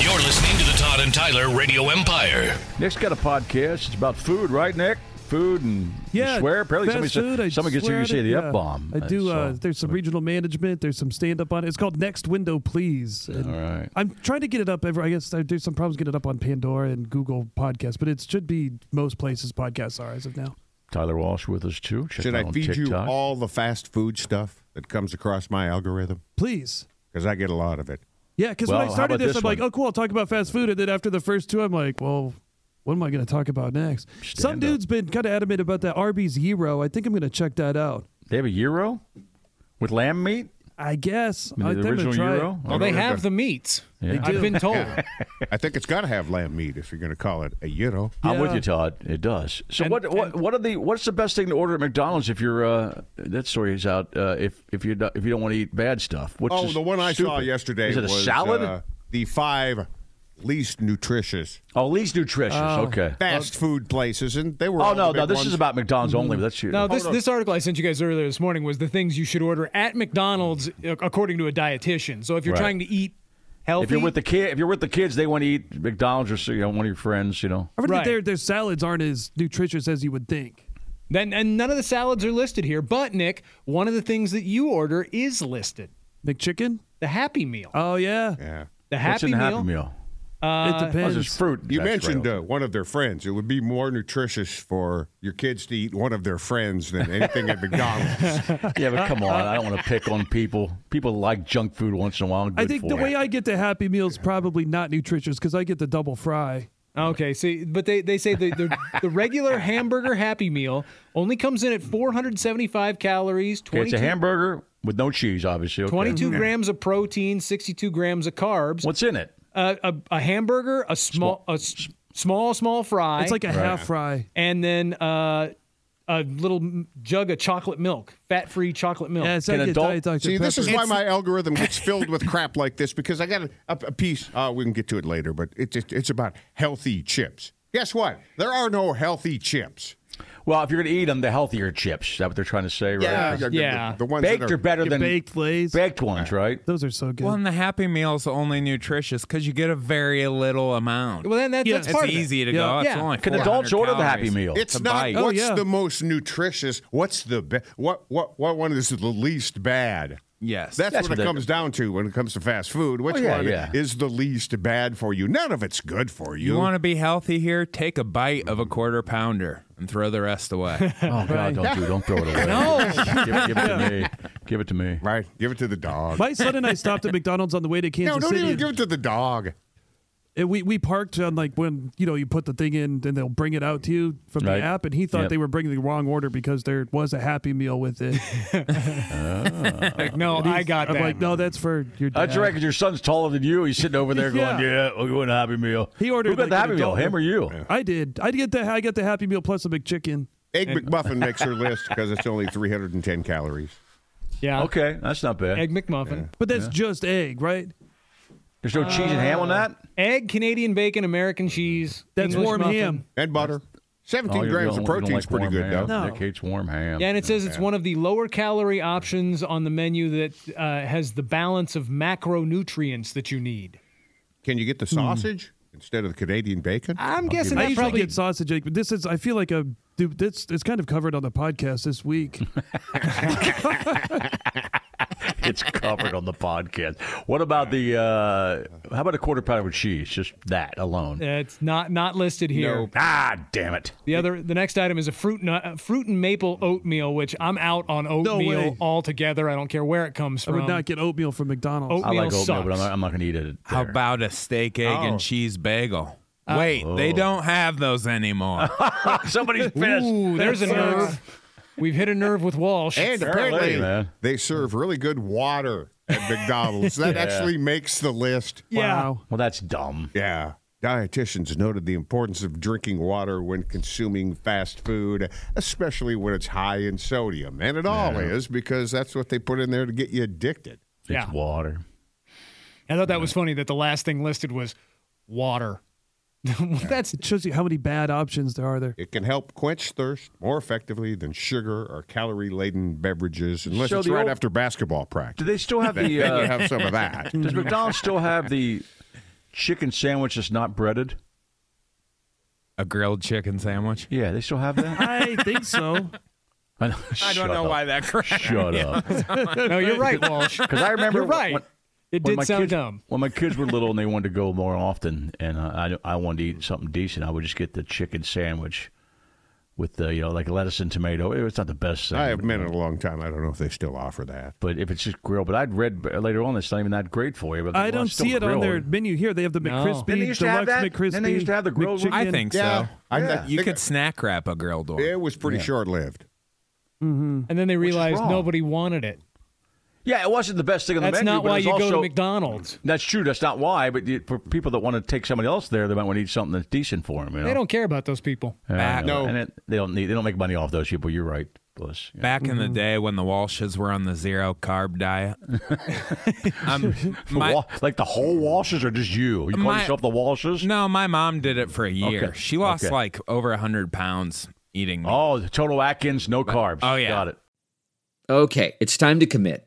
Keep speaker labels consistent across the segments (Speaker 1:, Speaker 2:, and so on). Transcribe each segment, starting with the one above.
Speaker 1: You're listening to the Todd and Tyler Radio Empire.
Speaker 2: Nick's got a podcast. It's about food, right, Nick? Food and you
Speaker 3: Yeah,
Speaker 2: swear. Apparently,
Speaker 3: fast
Speaker 2: somebody
Speaker 3: food, I
Speaker 2: said someone gets
Speaker 3: swear
Speaker 2: here. You
Speaker 3: at
Speaker 2: say
Speaker 3: it,
Speaker 2: the
Speaker 3: yeah.
Speaker 2: f bomb.
Speaker 3: I do. Uh, there's some regional management. There's some stand up on it. It's called Next Window, please. And
Speaker 2: all right.
Speaker 3: I'm trying to get it up. Every, I guess I- there's some problems getting it up on Pandora and Google Podcasts, but it should be most places podcasts are as of now.
Speaker 2: Tyler Walsh with us too. Check
Speaker 4: Should
Speaker 2: him
Speaker 4: I
Speaker 2: out on
Speaker 4: feed you
Speaker 2: TikTok.
Speaker 4: all the fast food stuff that comes across my algorithm?
Speaker 3: Please.
Speaker 4: Because I get a lot of it.
Speaker 3: Yeah, because
Speaker 2: Well,
Speaker 3: when I
Speaker 2: how
Speaker 3: started
Speaker 2: about
Speaker 3: this,
Speaker 2: this
Speaker 3: I'm like,
Speaker 2: one?
Speaker 3: oh, cool, I'll talk about fast food. And then after the first two, I'm like, well, what am I going to talk about next?
Speaker 2: Stand
Speaker 3: Some
Speaker 2: up.
Speaker 3: dude's been kind of adamant about that Arby's Gyro. I think I'm going to check that out.
Speaker 2: They have a gyro with lamb meat.
Speaker 3: I guess.
Speaker 2: I mean, the
Speaker 3: think I'm gonna
Speaker 2: original
Speaker 3: try it.
Speaker 2: gyro.
Speaker 5: Well, they have the meats. I've been told.
Speaker 4: I think it's got to have lamb meat if you're going to call it a gyro.
Speaker 2: I'm with
Speaker 3: Yeah.
Speaker 2: you, Todd. It does. So what? What? What are the? What's the best thing to order at McDonald's if you're? Uh, that story is out. Uh, if if you if you don't want to eat bad stuff. Which
Speaker 4: Oh,
Speaker 2: is
Speaker 4: the one I saw
Speaker 2: stupid.
Speaker 4: yesterday
Speaker 2: Is it a
Speaker 4: was
Speaker 2: salad?
Speaker 4: uh, the five least nutritious
Speaker 2: oh, least nutritious. okay.
Speaker 4: fast food places, and they were.
Speaker 2: Oh
Speaker 4: all the
Speaker 2: no,
Speaker 4: big
Speaker 2: no. This
Speaker 4: ones.
Speaker 2: is about McDonald's only.
Speaker 3: Mm-hmm.
Speaker 2: But that's you.
Speaker 5: Now, this, this article I sent you guys earlier this morning was the things you should order at McDonald's uh, according to a dietitian. So if you're
Speaker 2: Right.
Speaker 5: trying to eat healthy,
Speaker 2: if you're with the kid, if you're with the kids, they want to eat McDonald's or so, you know, one of your friends. You know.
Speaker 3: I right.
Speaker 5: Right.
Speaker 3: their, their salads aren't as nutritious as you would think.
Speaker 5: then and none of the salads are listed here. But Nick, one of the things that you order is listed:
Speaker 3: McChicken?
Speaker 5: the Happy Meal.
Speaker 3: Oh, yeah.
Speaker 4: Yeah.
Speaker 5: the
Speaker 2: What's
Speaker 5: Happy
Speaker 2: in the
Speaker 5: Meal.
Speaker 2: Happy Meal?
Speaker 5: Uh,
Speaker 3: it
Speaker 2: Oh,
Speaker 3: depends.
Speaker 2: there's fruit.
Speaker 4: You
Speaker 2: That's
Speaker 4: mentioned
Speaker 2: right.
Speaker 4: uh, one of their friends. It would be more nutritious for your kids to eat one of their friends than anything at McDonald's.
Speaker 2: yeah, but come on. I don't want to pick on people. People like junk food once in a while. and
Speaker 3: I
Speaker 2: good
Speaker 3: think
Speaker 2: for
Speaker 3: the
Speaker 2: it.
Speaker 3: way I get the Happy Meal is probably not nutritious because I get the double fry.
Speaker 5: Oh, Okay, see, but they, they say the, the the regular hamburger Happy Meal only comes in at 475 calories,
Speaker 2: Okay, it's
Speaker 5: 22,
Speaker 2: a hamburger with no cheese, obviously. Okay.
Speaker 4: Mm-hmm.
Speaker 5: 22 grams of protein, 62 grams of carbs.
Speaker 2: What's in it?
Speaker 5: a, a, a hamburger, a small, a s- small, small fry.
Speaker 3: It's like a half fry.
Speaker 5: and then uh, a little m- jug of chocolate milk, fat-free chocolate milk.
Speaker 3: Yeah, it's
Speaker 2: Can
Speaker 3: like a
Speaker 2: adult-
Speaker 3: Diet Dr.
Speaker 4: See, this is
Speaker 3: Pepper.
Speaker 4: why my algorithm gets filled with crap like this because I got a, a, a piece. Uh, we can get to it later, but it's it's it's about healthy chips. Guess what? There are no healthy chips.
Speaker 2: Well, if you're going to eat them, the healthier chips. Is that what they're trying to say, right?
Speaker 4: the, the-
Speaker 5: Yeah.
Speaker 4: the ones
Speaker 2: Baked
Speaker 4: that
Speaker 2: are better
Speaker 3: Your
Speaker 2: than
Speaker 3: baked Lay's.
Speaker 2: baked ones, right?
Speaker 3: Those are so good.
Speaker 6: Well, and the Happy Meal's only nutritious because you get a very little amount.
Speaker 5: Well, then that,
Speaker 3: Yeah.
Speaker 5: that's
Speaker 6: it's
Speaker 5: part
Speaker 6: easy
Speaker 5: of
Speaker 6: to
Speaker 3: Yeah.
Speaker 6: go. It's
Speaker 5: Yeah.
Speaker 6: only
Speaker 2: Can adults
Speaker 6: 400
Speaker 2: order the Happy
Speaker 6: calories.
Speaker 2: Meal?
Speaker 4: It's
Speaker 6: a
Speaker 4: not
Speaker 6: bite.
Speaker 3: Oh,
Speaker 4: what's
Speaker 3: yeah.
Speaker 4: the most nutritious. What's the be- what what what one is the least bad?
Speaker 6: Yes.
Speaker 2: That's
Speaker 4: That's, what
Speaker 2: what
Speaker 4: it
Speaker 2: they-
Speaker 4: comes down to when it comes to fast food. Which
Speaker 2: Oh, yeah,
Speaker 4: one
Speaker 2: yeah.
Speaker 4: is the least bad for you? None of it's good for you.
Speaker 6: You want to be healthy here? Take a bite of a quarter pounder and throw the rest away.
Speaker 2: Oh, God, don't do Don't throw it away. no. Give, give it to me. Give it to me.
Speaker 4: right? Give it to the dog.
Speaker 3: my son and I stopped at McDonald's on the way to Kansas
Speaker 4: no, don't
Speaker 3: City.
Speaker 4: even give it to the dog.
Speaker 3: and we, we parked on like when you know you put the thing in and they'll bring it out to you from
Speaker 2: Right.
Speaker 3: the app and he thought
Speaker 2: Yep.
Speaker 3: they were bringing the wrong order because there was a happy meal with it
Speaker 5: Like, no, I got
Speaker 3: i'm
Speaker 5: that.
Speaker 3: like no that's for your dad
Speaker 2: That's right, because your son's taller than you. He's sitting over there
Speaker 3: Yeah.
Speaker 2: going, yeah, we're going to Happy Meal.
Speaker 3: He ordered,
Speaker 2: Who got
Speaker 3: like,
Speaker 2: the
Speaker 3: an
Speaker 2: Happy Meal,
Speaker 3: adult-
Speaker 2: him or you?
Speaker 3: i did i get the i got the happy meal plus a mcchicken
Speaker 4: Egg McMuffin makes her list because it's only 310 calories.
Speaker 5: yeah,
Speaker 2: Okay, that's not bad.
Speaker 5: Egg McMuffin,
Speaker 3: but that's just egg right
Speaker 2: There's no cheese and ham on that?
Speaker 5: egg, Canadian bacon, American cheese.
Speaker 3: that's
Speaker 5: English
Speaker 3: warm
Speaker 5: muffin.
Speaker 3: ham
Speaker 4: And butter. 17
Speaker 2: Oh, you don't-
Speaker 4: grams of
Speaker 2: you don't
Speaker 4: protein's
Speaker 2: like
Speaker 4: pretty
Speaker 2: warm
Speaker 4: good,
Speaker 2: ham.
Speaker 4: though.
Speaker 3: No.
Speaker 2: Nick hates warm ham.
Speaker 5: Yeah, and it says it's one of the lower calorie options on the menu that uh, has the balance of macronutrients that you need.
Speaker 4: Can you get
Speaker 2: Hmm.
Speaker 4: the sausage instead of the Canadian bacon?
Speaker 5: I'm guessing
Speaker 3: i
Speaker 5: that
Speaker 3: usually
Speaker 5: probably
Speaker 3: get sausage egg but this is i feel like a dude this it's kind of covered on the podcast this week
Speaker 2: gets covered on the podcast. What about the? Uh, how about a quarter pounder with cheese? Just that alone.
Speaker 5: It's not not listed here.
Speaker 2: Ah, damn it!
Speaker 5: The other, the next item is a fruit nut, uh, fruit and maple oatmeal, which I'm out on oatmeal
Speaker 3: way.
Speaker 5: altogether. I don't care where it comes
Speaker 3: I
Speaker 5: from.
Speaker 3: would not get oatmeal from McDonald's.
Speaker 5: Oatmeal
Speaker 2: I like oatmeal,
Speaker 5: sucks.
Speaker 2: but I'm not, I'm not going to eat it.
Speaker 6: How
Speaker 2: there.
Speaker 6: about a steak, egg,
Speaker 4: Oh.
Speaker 6: and cheese bagel? Wait,
Speaker 2: Oh.
Speaker 6: they don't have those anymore.
Speaker 2: somebody's pissed?
Speaker 5: Ooh, there's a
Speaker 3: That sucks.
Speaker 5: nerve. We've hit a nerve with Walsh.
Speaker 4: And
Speaker 2: Apparently,
Speaker 4: apparently,
Speaker 2: man.
Speaker 4: they serve really good water at McDonald's. That actually makes the list.
Speaker 5: yeah,
Speaker 3: Wow.
Speaker 2: Well, that's dumb.
Speaker 4: Yeah. Dietitians noted the importance of drinking water when consuming fast food, especially when it's high in sodium. And it all is because that's what they put in there to get you addicted.
Speaker 5: yeah.
Speaker 2: It's water.
Speaker 5: I thought that was funny that the last thing listed was water. Well, That's
Speaker 3: It shows you how many bad options there are there.
Speaker 4: It can help quench thirst more effectively than sugar or calorie laden beverages, unless
Speaker 2: So
Speaker 4: it's
Speaker 2: the
Speaker 4: right
Speaker 2: old-
Speaker 4: after basketball practice.
Speaker 2: Do they still have the?
Speaker 4: Then you
Speaker 2: Uh,
Speaker 4: have some of that.
Speaker 2: does McDonald's still have the chicken sandwich that's not breaded?
Speaker 6: a grilled chicken sandwich.
Speaker 2: Yeah, they still have that.
Speaker 3: I think so.
Speaker 2: I don't,
Speaker 6: I don't know why that. Cr-
Speaker 2: Shut up.
Speaker 5: no, you're right, Walsh.
Speaker 2: Because I remember
Speaker 5: You're right.
Speaker 2: when-
Speaker 5: it
Speaker 2: when
Speaker 5: did
Speaker 2: my
Speaker 5: sound
Speaker 2: kids,
Speaker 5: dumb.
Speaker 2: When my kids were little and they wanted to go more often, and uh, I, I wanted to eat something decent, I would just get the chicken sandwich with the you know like lettuce and tomato. It's not the best thing,
Speaker 4: I have been in a long time. I don't know if they still offer that.
Speaker 2: but if it's just grilled. But I'd read b- later on it's not even that great for you. But
Speaker 3: I don't
Speaker 2: it's still
Speaker 3: see it on their
Speaker 2: grilled.
Speaker 3: menu here. They have the McCrispy,
Speaker 2: Didn't they used to have
Speaker 3: deluxe
Speaker 2: that?
Speaker 3: McCrispy.
Speaker 2: Didn't they used to have the grilled one?
Speaker 6: I think
Speaker 4: Yeah.
Speaker 6: so.
Speaker 4: I th-
Speaker 6: You
Speaker 4: think
Speaker 6: could snack wrap a grilled one.
Speaker 4: It was pretty short lived.
Speaker 5: And then they realized
Speaker 2: wrong.
Speaker 5: nobody wanted it.
Speaker 2: Yeah, it wasn't the best thing on
Speaker 5: That's
Speaker 2: the menu.
Speaker 5: not
Speaker 2: but it
Speaker 5: why
Speaker 2: was
Speaker 5: you
Speaker 2: also,
Speaker 5: go to McDonald's.
Speaker 2: That's true. That's not why. But you- for people that want to take somebody else there, they might want to eat something that's decent for them. You know?
Speaker 5: They don't care about those people.
Speaker 6: Back,
Speaker 4: No.
Speaker 2: And it, they don't need. They don't make money off those people. You're right, Bliss. Yeah.
Speaker 6: back in the day when the Walshes were on the zero carb diet. um, my-
Speaker 2: Wa- like the whole Walshes or just you? You call
Speaker 6: My-
Speaker 2: yourself the Walshes?
Speaker 6: no, my mom did it for a year.
Speaker 2: Okay.
Speaker 6: She lost
Speaker 2: Okay.
Speaker 6: like over hundred pounds eating. meat.
Speaker 2: Oh, total Atkins, no carbs.
Speaker 6: oh, yeah.
Speaker 2: got it.
Speaker 7: Okay, it's time to commit.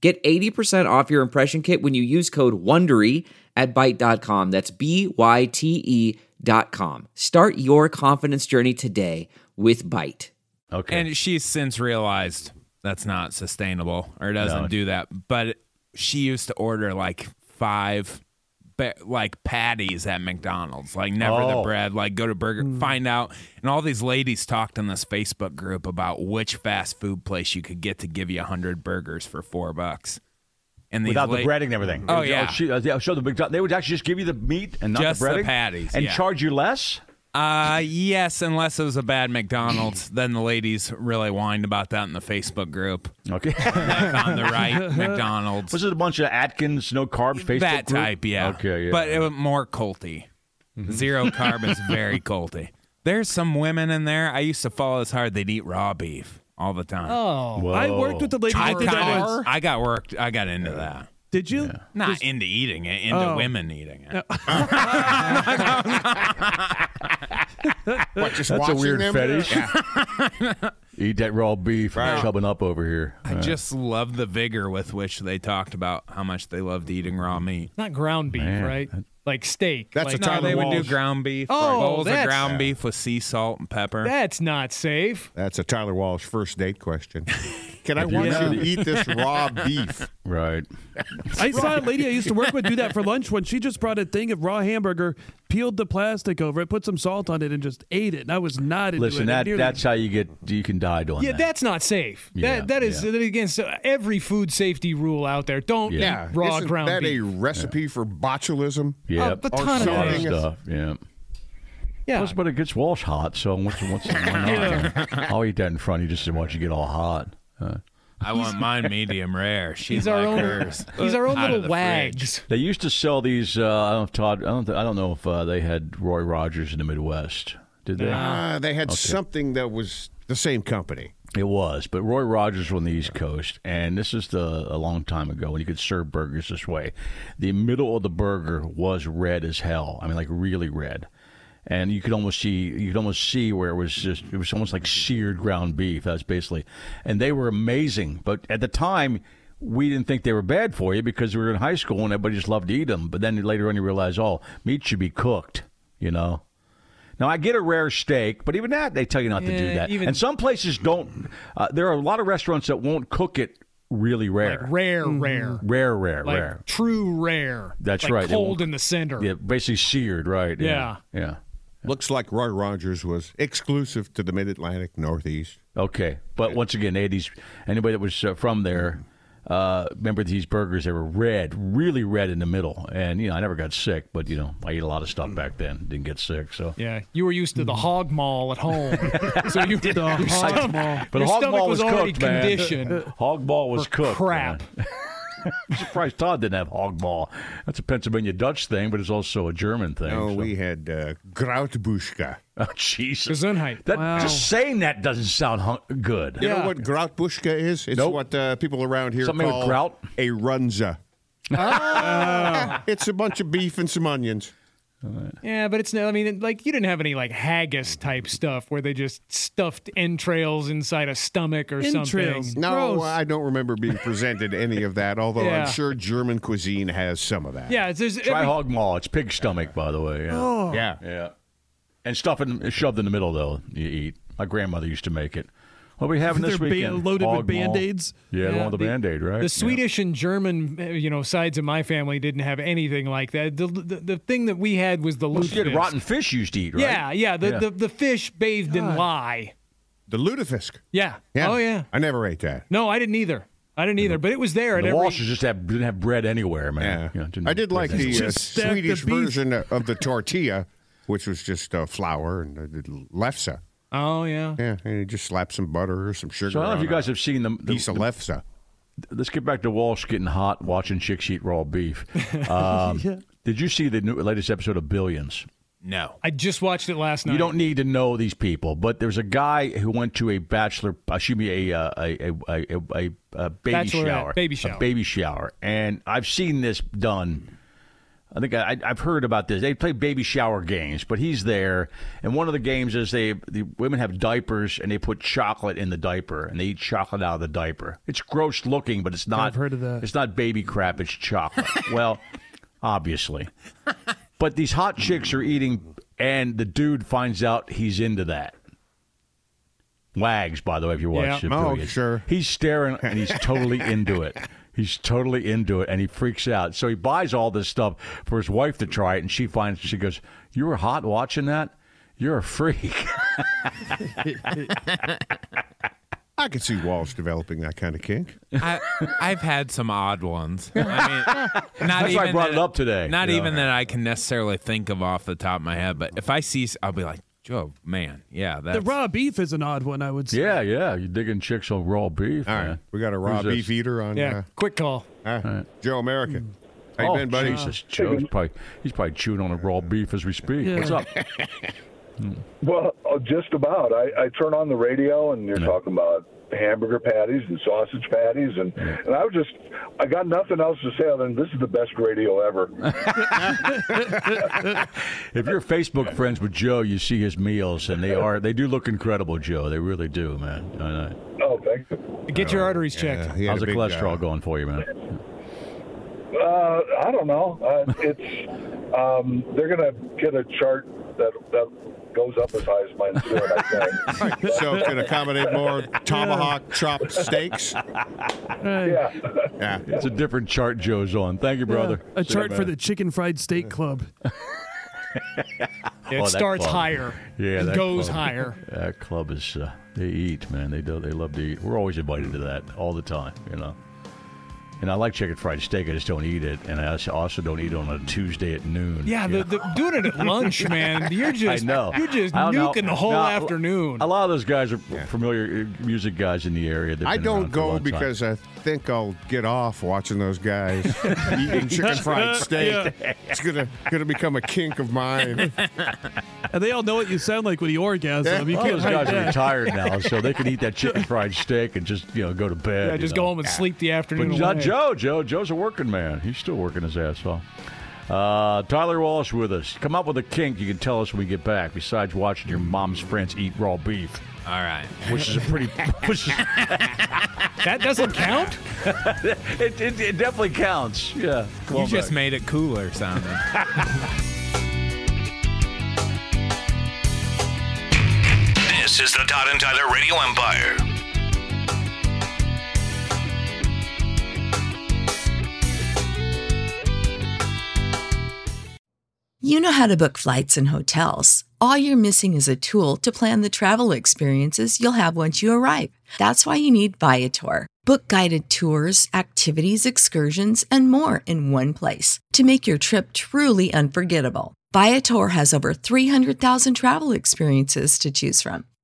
Speaker 7: Get 80% off your impression kit when you use code WONDERY at Byte.com. That's B-Y-T-E E dot com. Start your confidence journey today with Byte.
Speaker 2: Okay.
Speaker 6: And she's since realized that's not sustainable or doesn't do that. But she used to order like five, ba- like patties at McDonald's, like never the
Speaker 2: Oh.
Speaker 6: bread, like go to Burger, find out. And all these ladies talked in this Facebook group about which fast food place you could get to give you a hundred burgers for four bucks. And these
Speaker 2: Without
Speaker 6: la-
Speaker 2: the breading and everything.
Speaker 6: Oh,
Speaker 2: It was-
Speaker 6: yeah.
Speaker 2: she- uh, yeah, so the McDo- they would actually just give you the meat and not
Speaker 6: Just
Speaker 2: the
Speaker 6: the
Speaker 2: breading,
Speaker 6: patties,
Speaker 2: and
Speaker 6: yeah.
Speaker 2: charge you less.
Speaker 6: Uh, yes, unless it was a bad McDonald's, then the ladies really whined about that in the Facebook group.
Speaker 2: Okay.
Speaker 6: I found the right McDonald's.
Speaker 2: Was it a bunch of Atkins, no carbs, Facebook
Speaker 6: that
Speaker 2: group?
Speaker 6: type, yeah.
Speaker 2: Okay, yeah.
Speaker 6: But it was more culty. Zero carb is very culty. There's some women in there. I used to follow this hard. They'd eat raw beef all the time.
Speaker 5: Oh,
Speaker 2: Whoa.
Speaker 3: I worked with the lady.
Speaker 6: I,
Speaker 3: who did
Speaker 6: kinda-
Speaker 3: that.
Speaker 6: I got worked. I got into that.
Speaker 3: Did you?
Speaker 6: Not into eating it, into
Speaker 5: Oh.
Speaker 6: women eating it.
Speaker 4: But
Speaker 2: That's
Speaker 4: just
Speaker 2: a
Speaker 4: watching
Speaker 2: weird
Speaker 4: them-
Speaker 2: fetish. Eat that raw beef. I'm chubbing up over here.
Speaker 6: I just love the vigor with which they talked about how much they loved eating raw meat.
Speaker 5: not ground beef, right? Like steak.
Speaker 4: That's
Speaker 5: like,
Speaker 4: a Tyler
Speaker 6: no, they would
Speaker 4: Walsh.
Speaker 6: do ground beef.
Speaker 5: Oh,
Speaker 6: bowls of
Speaker 5: that's-
Speaker 6: ground beef with sea salt and pepper.
Speaker 5: That's not safe.
Speaker 4: That's a Tyler Walsh first date question. Can I
Speaker 2: you
Speaker 4: want
Speaker 2: have-
Speaker 4: you to eat this raw beef?
Speaker 2: Right.
Speaker 3: I saw a lady I used to work with do that for lunch when she just brought a thing of raw hamburger, peeled the plastic over it, put some salt on it, and just ate it. And I was not into
Speaker 2: Listen,
Speaker 3: it.
Speaker 2: that
Speaker 3: I nearly-
Speaker 2: that's how you get you can die doing
Speaker 5: Yeah,
Speaker 2: that.
Speaker 5: that's not safe.
Speaker 2: Yeah,
Speaker 5: that that is
Speaker 2: yeah.
Speaker 5: that against every food safety rule out there. Don't
Speaker 4: Yeah.
Speaker 5: eat raw
Speaker 4: Isn't
Speaker 5: ground
Speaker 4: that
Speaker 5: beef.
Speaker 4: a recipe for botulism?
Speaker 2: Yep.
Speaker 5: a
Speaker 4: Or
Speaker 5: ton of
Speaker 2: All that
Speaker 4: something.
Speaker 2: stuff. Yeah.
Speaker 5: yeah,
Speaker 2: Plus, but it gets Walsh hot, so once, once why not? I'll eat that in front of you just to watch you get all hot. Uh,
Speaker 6: I want mine medium rare. She's
Speaker 5: he's our
Speaker 6: like
Speaker 5: own.
Speaker 6: hers.
Speaker 5: He's our own
Speaker 6: Out of
Speaker 5: little
Speaker 6: the fridge.
Speaker 5: wags.
Speaker 2: they used to sell these. Uh, I don't know if Todd. I don't. Th- I don't know if uh, they had Roy Rogers in the Midwest. Did they?
Speaker 4: Uh, they had something that was the same company.
Speaker 2: It was, but Roy Rogers was on the East Coast, and this is the a long time ago when you could serve burgers this way. The middle of the burger was red as hell. I mean, like really red, and you could almost see you could almost see where it was just it was almost like seared ground beef. That's basically, and they were amazing. But at the time, we didn't think they were bad for you because we were in high school and everybody just loved to eat them. But then later on, you realize, oh, meat should be cooked. You know. Now I get a rare steak, but even that they tell you not to do
Speaker 5: Yeah,
Speaker 2: that.
Speaker 5: even-
Speaker 2: and some places don't. Uh, there are a lot of restaurants that won't cook it really rare,
Speaker 5: Like rare, rare,
Speaker 2: rare, rare,
Speaker 5: like
Speaker 2: rare.
Speaker 5: true rare.
Speaker 2: That's
Speaker 5: Like
Speaker 2: right, it
Speaker 5: Cold
Speaker 2: won't-
Speaker 5: in the center.
Speaker 2: Yeah, basically seared, right? yeah. Yeah.
Speaker 4: Looks like Roy Rogers was exclusive to the Mid Atlantic Northeast.
Speaker 2: Okay, but once again, eighties. Anybody that was uh, from there, uh, remember these burgers? They were red, really red in the middle. And you know, I never got sick, but you know, I ate a lot of stuff back then. Didn't get sick, so.
Speaker 5: Mm. Yeah, you were used to
Speaker 2: Mm-hmm.
Speaker 5: the hog mall at home, so you did
Speaker 3: The hog mall.
Speaker 2: But
Speaker 5: Your
Speaker 2: hog
Speaker 5: stomach
Speaker 2: ball
Speaker 5: was
Speaker 2: was,
Speaker 5: already
Speaker 2: cooked, man.
Speaker 5: conditioned
Speaker 2: Hog ball was cooked.
Speaker 5: crap.
Speaker 2: man. I'm surprised Todd didn't have hog ball. That's a Pennsylvania Dutch thing, but it's also a German thing.
Speaker 4: Oh,
Speaker 2: so-
Speaker 4: we had uh, Grautbuschka.
Speaker 2: Oh, Jesus.
Speaker 5: Gesundheit.
Speaker 2: That,
Speaker 3: Wow.
Speaker 2: Just saying that doesn't sound hun- good.
Speaker 4: You
Speaker 5: Yeah.
Speaker 4: know what Grautbuschka is? It's
Speaker 2: Nope.
Speaker 4: what uh, people around here
Speaker 2: Something with
Speaker 4: call
Speaker 2: grout?
Speaker 4: a runza. it's a bunch of beef and some onions.
Speaker 5: Yeah, but it's no. I mean, like you didn't have any like haggis type stuff where they just stuffed entrails inside a stomach or
Speaker 3: Entrails.
Speaker 5: something.
Speaker 4: No,
Speaker 3: Gross.
Speaker 4: I don't remember being presented any of that, although
Speaker 5: Yeah.
Speaker 4: I'm sure German cuisine has some of that.
Speaker 5: Yeah, it's- there's
Speaker 2: Try
Speaker 5: every-
Speaker 2: hog maw. It's pig stomach, by the way. Yeah.
Speaker 6: Oh.
Speaker 4: Yeah.
Speaker 2: Yeah. And stuff in, shoved in the middle, though, you eat. My grandmother used to make it. What are we having
Speaker 3: They're
Speaker 2: this
Speaker 3: ba-
Speaker 2: weekend?
Speaker 3: loaded with
Speaker 2: Hog maw.
Speaker 3: Band-Aids?
Speaker 2: Yeah, the
Speaker 5: Yeah,
Speaker 2: one with the,
Speaker 5: the-
Speaker 2: Band-Aid, right?
Speaker 5: The Swedish and German, uh, you know, sides of my family didn't have anything like that. The the, the thing that we had was the
Speaker 2: Yeah.
Speaker 5: lutefisk.
Speaker 2: She had rotten fish used to eat, right?
Speaker 5: Yeah, yeah. The,
Speaker 2: Yeah.
Speaker 5: The, the fish bathed in lye.
Speaker 4: The lutefisk.
Speaker 5: Yeah. Oh yeah.
Speaker 4: I never ate that.
Speaker 5: No, I didn't either. I didn't either. But it was there at
Speaker 2: The
Speaker 5: every.
Speaker 2: Walshers just have, didn't have bread anywhere,
Speaker 4: Yeah.
Speaker 2: man. You know, didn't
Speaker 4: I
Speaker 2: have
Speaker 4: did
Speaker 2: bread
Speaker 4: like
Speaker 2: anywhere.
Speaker 4: the uh,
Speaker 3: Just stack the
Speaker 4: Swedish
Speaker 3: beef.
Speaker 4: version of the tortilla, which was just uh, flour and uh, lefse.
Speaker 5: Oh yeah.
Speaker 4: Yeah, and you just slap some butter or some sugar.
Speaker 2: So I don't know
Speaker 4: on
Speaker 2: if you
Speaker 4: a
Speaker 2: guys have seen the, the-
Speaker 4: piece of lefse.
Speaker 2: Let's get back to Walsh getting hot, watching chicks eat raw beef. Um, Did you see the new, latest episode of Billions?
Speaker 6: No.
Speaker 5: I just watched it last night.
Speaker 2: You don't need to know these people, but there's a guy who went to a bachelor, excuse me, a uh, a a, a, a, a, a baby
Speaker 5: Bachelorette,
Speaker 2: shower,
Speaker 5: baby
Speaker 2: a
Speaker 5: shower.
Speaker 2: baby shower, and I've seen this done. I think I, I've heard about this. They play baby shower games, but he's there, and one of the games is they the women have diapers and they put chocolate in the diaper and they eat chocolate out of the diaper. It's gross looking, but it's not.
Speaker 3: I've heard of that.
Speaker 2: It's not baby crap. It's chocolate. well, obviously. But these hot chicks are eating, and the dude finds out he's into that. Wags, by the way, if you watch
Speaker 5: Yeah.
Speaker 2: the
Speaker 4: Oh,
Speaker 2: period.
Speaker 4: sure.
Speaker 2: He's staring and he's totally into it. He's totally into it and he freaks out. So he buys all this stuff for his wife to try it, and she finds she goes, "You were hot watching that. You're a freak."
Speaker 4: I could see Walsh developing that kind of kink.
Speaker 6: I, I've had some odd ones. I mean, not
Speaker 2: That's why I
Speaker 6: even
Speaker 2: brought
Speaker 6: that-
Speaker 2: it up today,
Speaker 6: Not
Speaker 2: you know.
Speaker 6: even that I can necessarily think of off the top of my head, but if I see, s- I'll be like, Joe, man, yeah, that's
Speaker 3: The raw beef is an odd one, I would say.
Speaker 2: yeah, yeah. You're digging chicks on raw beef.
Speaker 4: All right,
Speaker 2: man.
Speaker 4: we got a raw
Speaker 2: Who's this?
Speaker 4: beef eater on.
Speaker 5: Yeah. Quick call.
Speaker 4: Uh, uh, Joe American. How you
Speaker 2: oh,
Speaker 4: been, buddy?
Speaker 2: Jesus, Joe. He's probably, he's probably chewing on a raw beef as we speak. What's up?
Speaker 8: Well, uh, just about. I, I turn on the radio and
Speaker 1: Mm.
Speaker 8: you're talking about hamburger patties and sausage patties, and and I was just I got nothing else to say other than this is the best radio ever.
Speaker 2: If you're Facebook friends with Joe, you see his meals, and they are they do look incredible, Joe. They really do, man. I know.
Speaker 8: oh, thank you.
Speaker 5: Get your arteries
Speaker 4: Uh,
Speaker 5: checked.
Speaker 4: he had
Speaker 2: How's
Speaker 4: a
Speaker 2: the
Speaker 4: big,
Speaker 2: cholesterol
Speaker 4: uh,
Speaker 2: going for you, man?
Speaker 8: Uh, I don't know. Uh, it's um, they're gonna get a chart that that goes up as high as mine soon. I think.
Speaker 4: so it can accommodate more tomahawk chopped steaks.
Speaker 8: Yeah.
Speaker 4: Yeah.
Speaker 2: It's a different chart Joe's on. Thank you, brother.
Speaker 3: A
Speaker 2: See you,
Speaker 3: chart for
Speaker 2: man.
Speaker 3: the chicken fried steak club.
Speaker 5: It
Speaker 2: Oh, that
Speaker 5: starts
Speaker 2: club.
Speaker 5: higher.
Speaker 2: Yeah,
Speaker 5: It
Speaker 2: that
Speaker 5: goes
Speaker 2: club.
Speaker 5: higher.
Speaker 2: That club is uh, they eat, man. They do. They love to eat. We're always invited to that all the time. You know. And I like chicken fried steak. I just don't eat it, and I also- also don't eat it on a Tuesday at noon.
Speaker 5: Yeah,
Speaker 2: you
Speaker 5: the, the, doing it at lunch, man. You're just
Speaker 2: I know.
Speaker 5: you're just
Speaker 2: I don't know.
Speaker 5: nuking the whole
Speaker 2: No,
Speaker 5: afternoon.
Speaker 2: A lot of those guys are familiar uh, music guys in the area. They've
Speaker 4: I
Speaker 2: been
Speaker 4: don't
Speaker 2: around for a
Speaker 4: go
Speaker 2: long time.
Speaker 4: because I think I'll get off watching those guys eating chicken fried steak. It's gonna gonna become a kink of mine.
Speaker 3: And they all know what you sound like when you orgasm. You
Speaker 2: All
Speaker 5: Oh,
Speaker 3: can't
Speaker 2: those
Speaker 3: hide
Speaker 2: guys
Speaker 3: that.
Speaker 2: are retired now, so they can eat that chicken fried steak and just you know go to bed.
Speaker 5: yeah,
Speaker 2: you
Speaker 5: just
Speaker 2: know.
Speaker 5: go home and sleep the
Speaker 2: But
Speaker 5: afternoon.
Speaker 2: he's not
Speaker 5: away.
Speaker 2: Joe. Joe. Joe's a working man. He's still working his ass off. Uh, Tyler Walsh with us. Come up with a kink you can tell us when we get back. Besides watching your mom's friends eat raw beef,
Speaker 9: All right.
Speaker 2: which is a pretty, which is,
Speaker 5: That doesn't count.
Speaker 2: it, it, it definitely counts. Yeah. Come
Speaker 9: You
Speaker 2: on
Speaker 9: just
Speaker 2: back.
Speaker 9: made it cooler sounding.
Speaker 8: This is the Todd and Tyler Radio Empire.
Speaker 6: You know how to book flights and hotels. All you're missing is a tool to plan the travel experiences you'll have once you arrive. That's why you need Viator. Book guided tours, activities, excursions, and more in one place to make your trip truly unforgettable. Viator has over 300,000 travel experiences to choose from.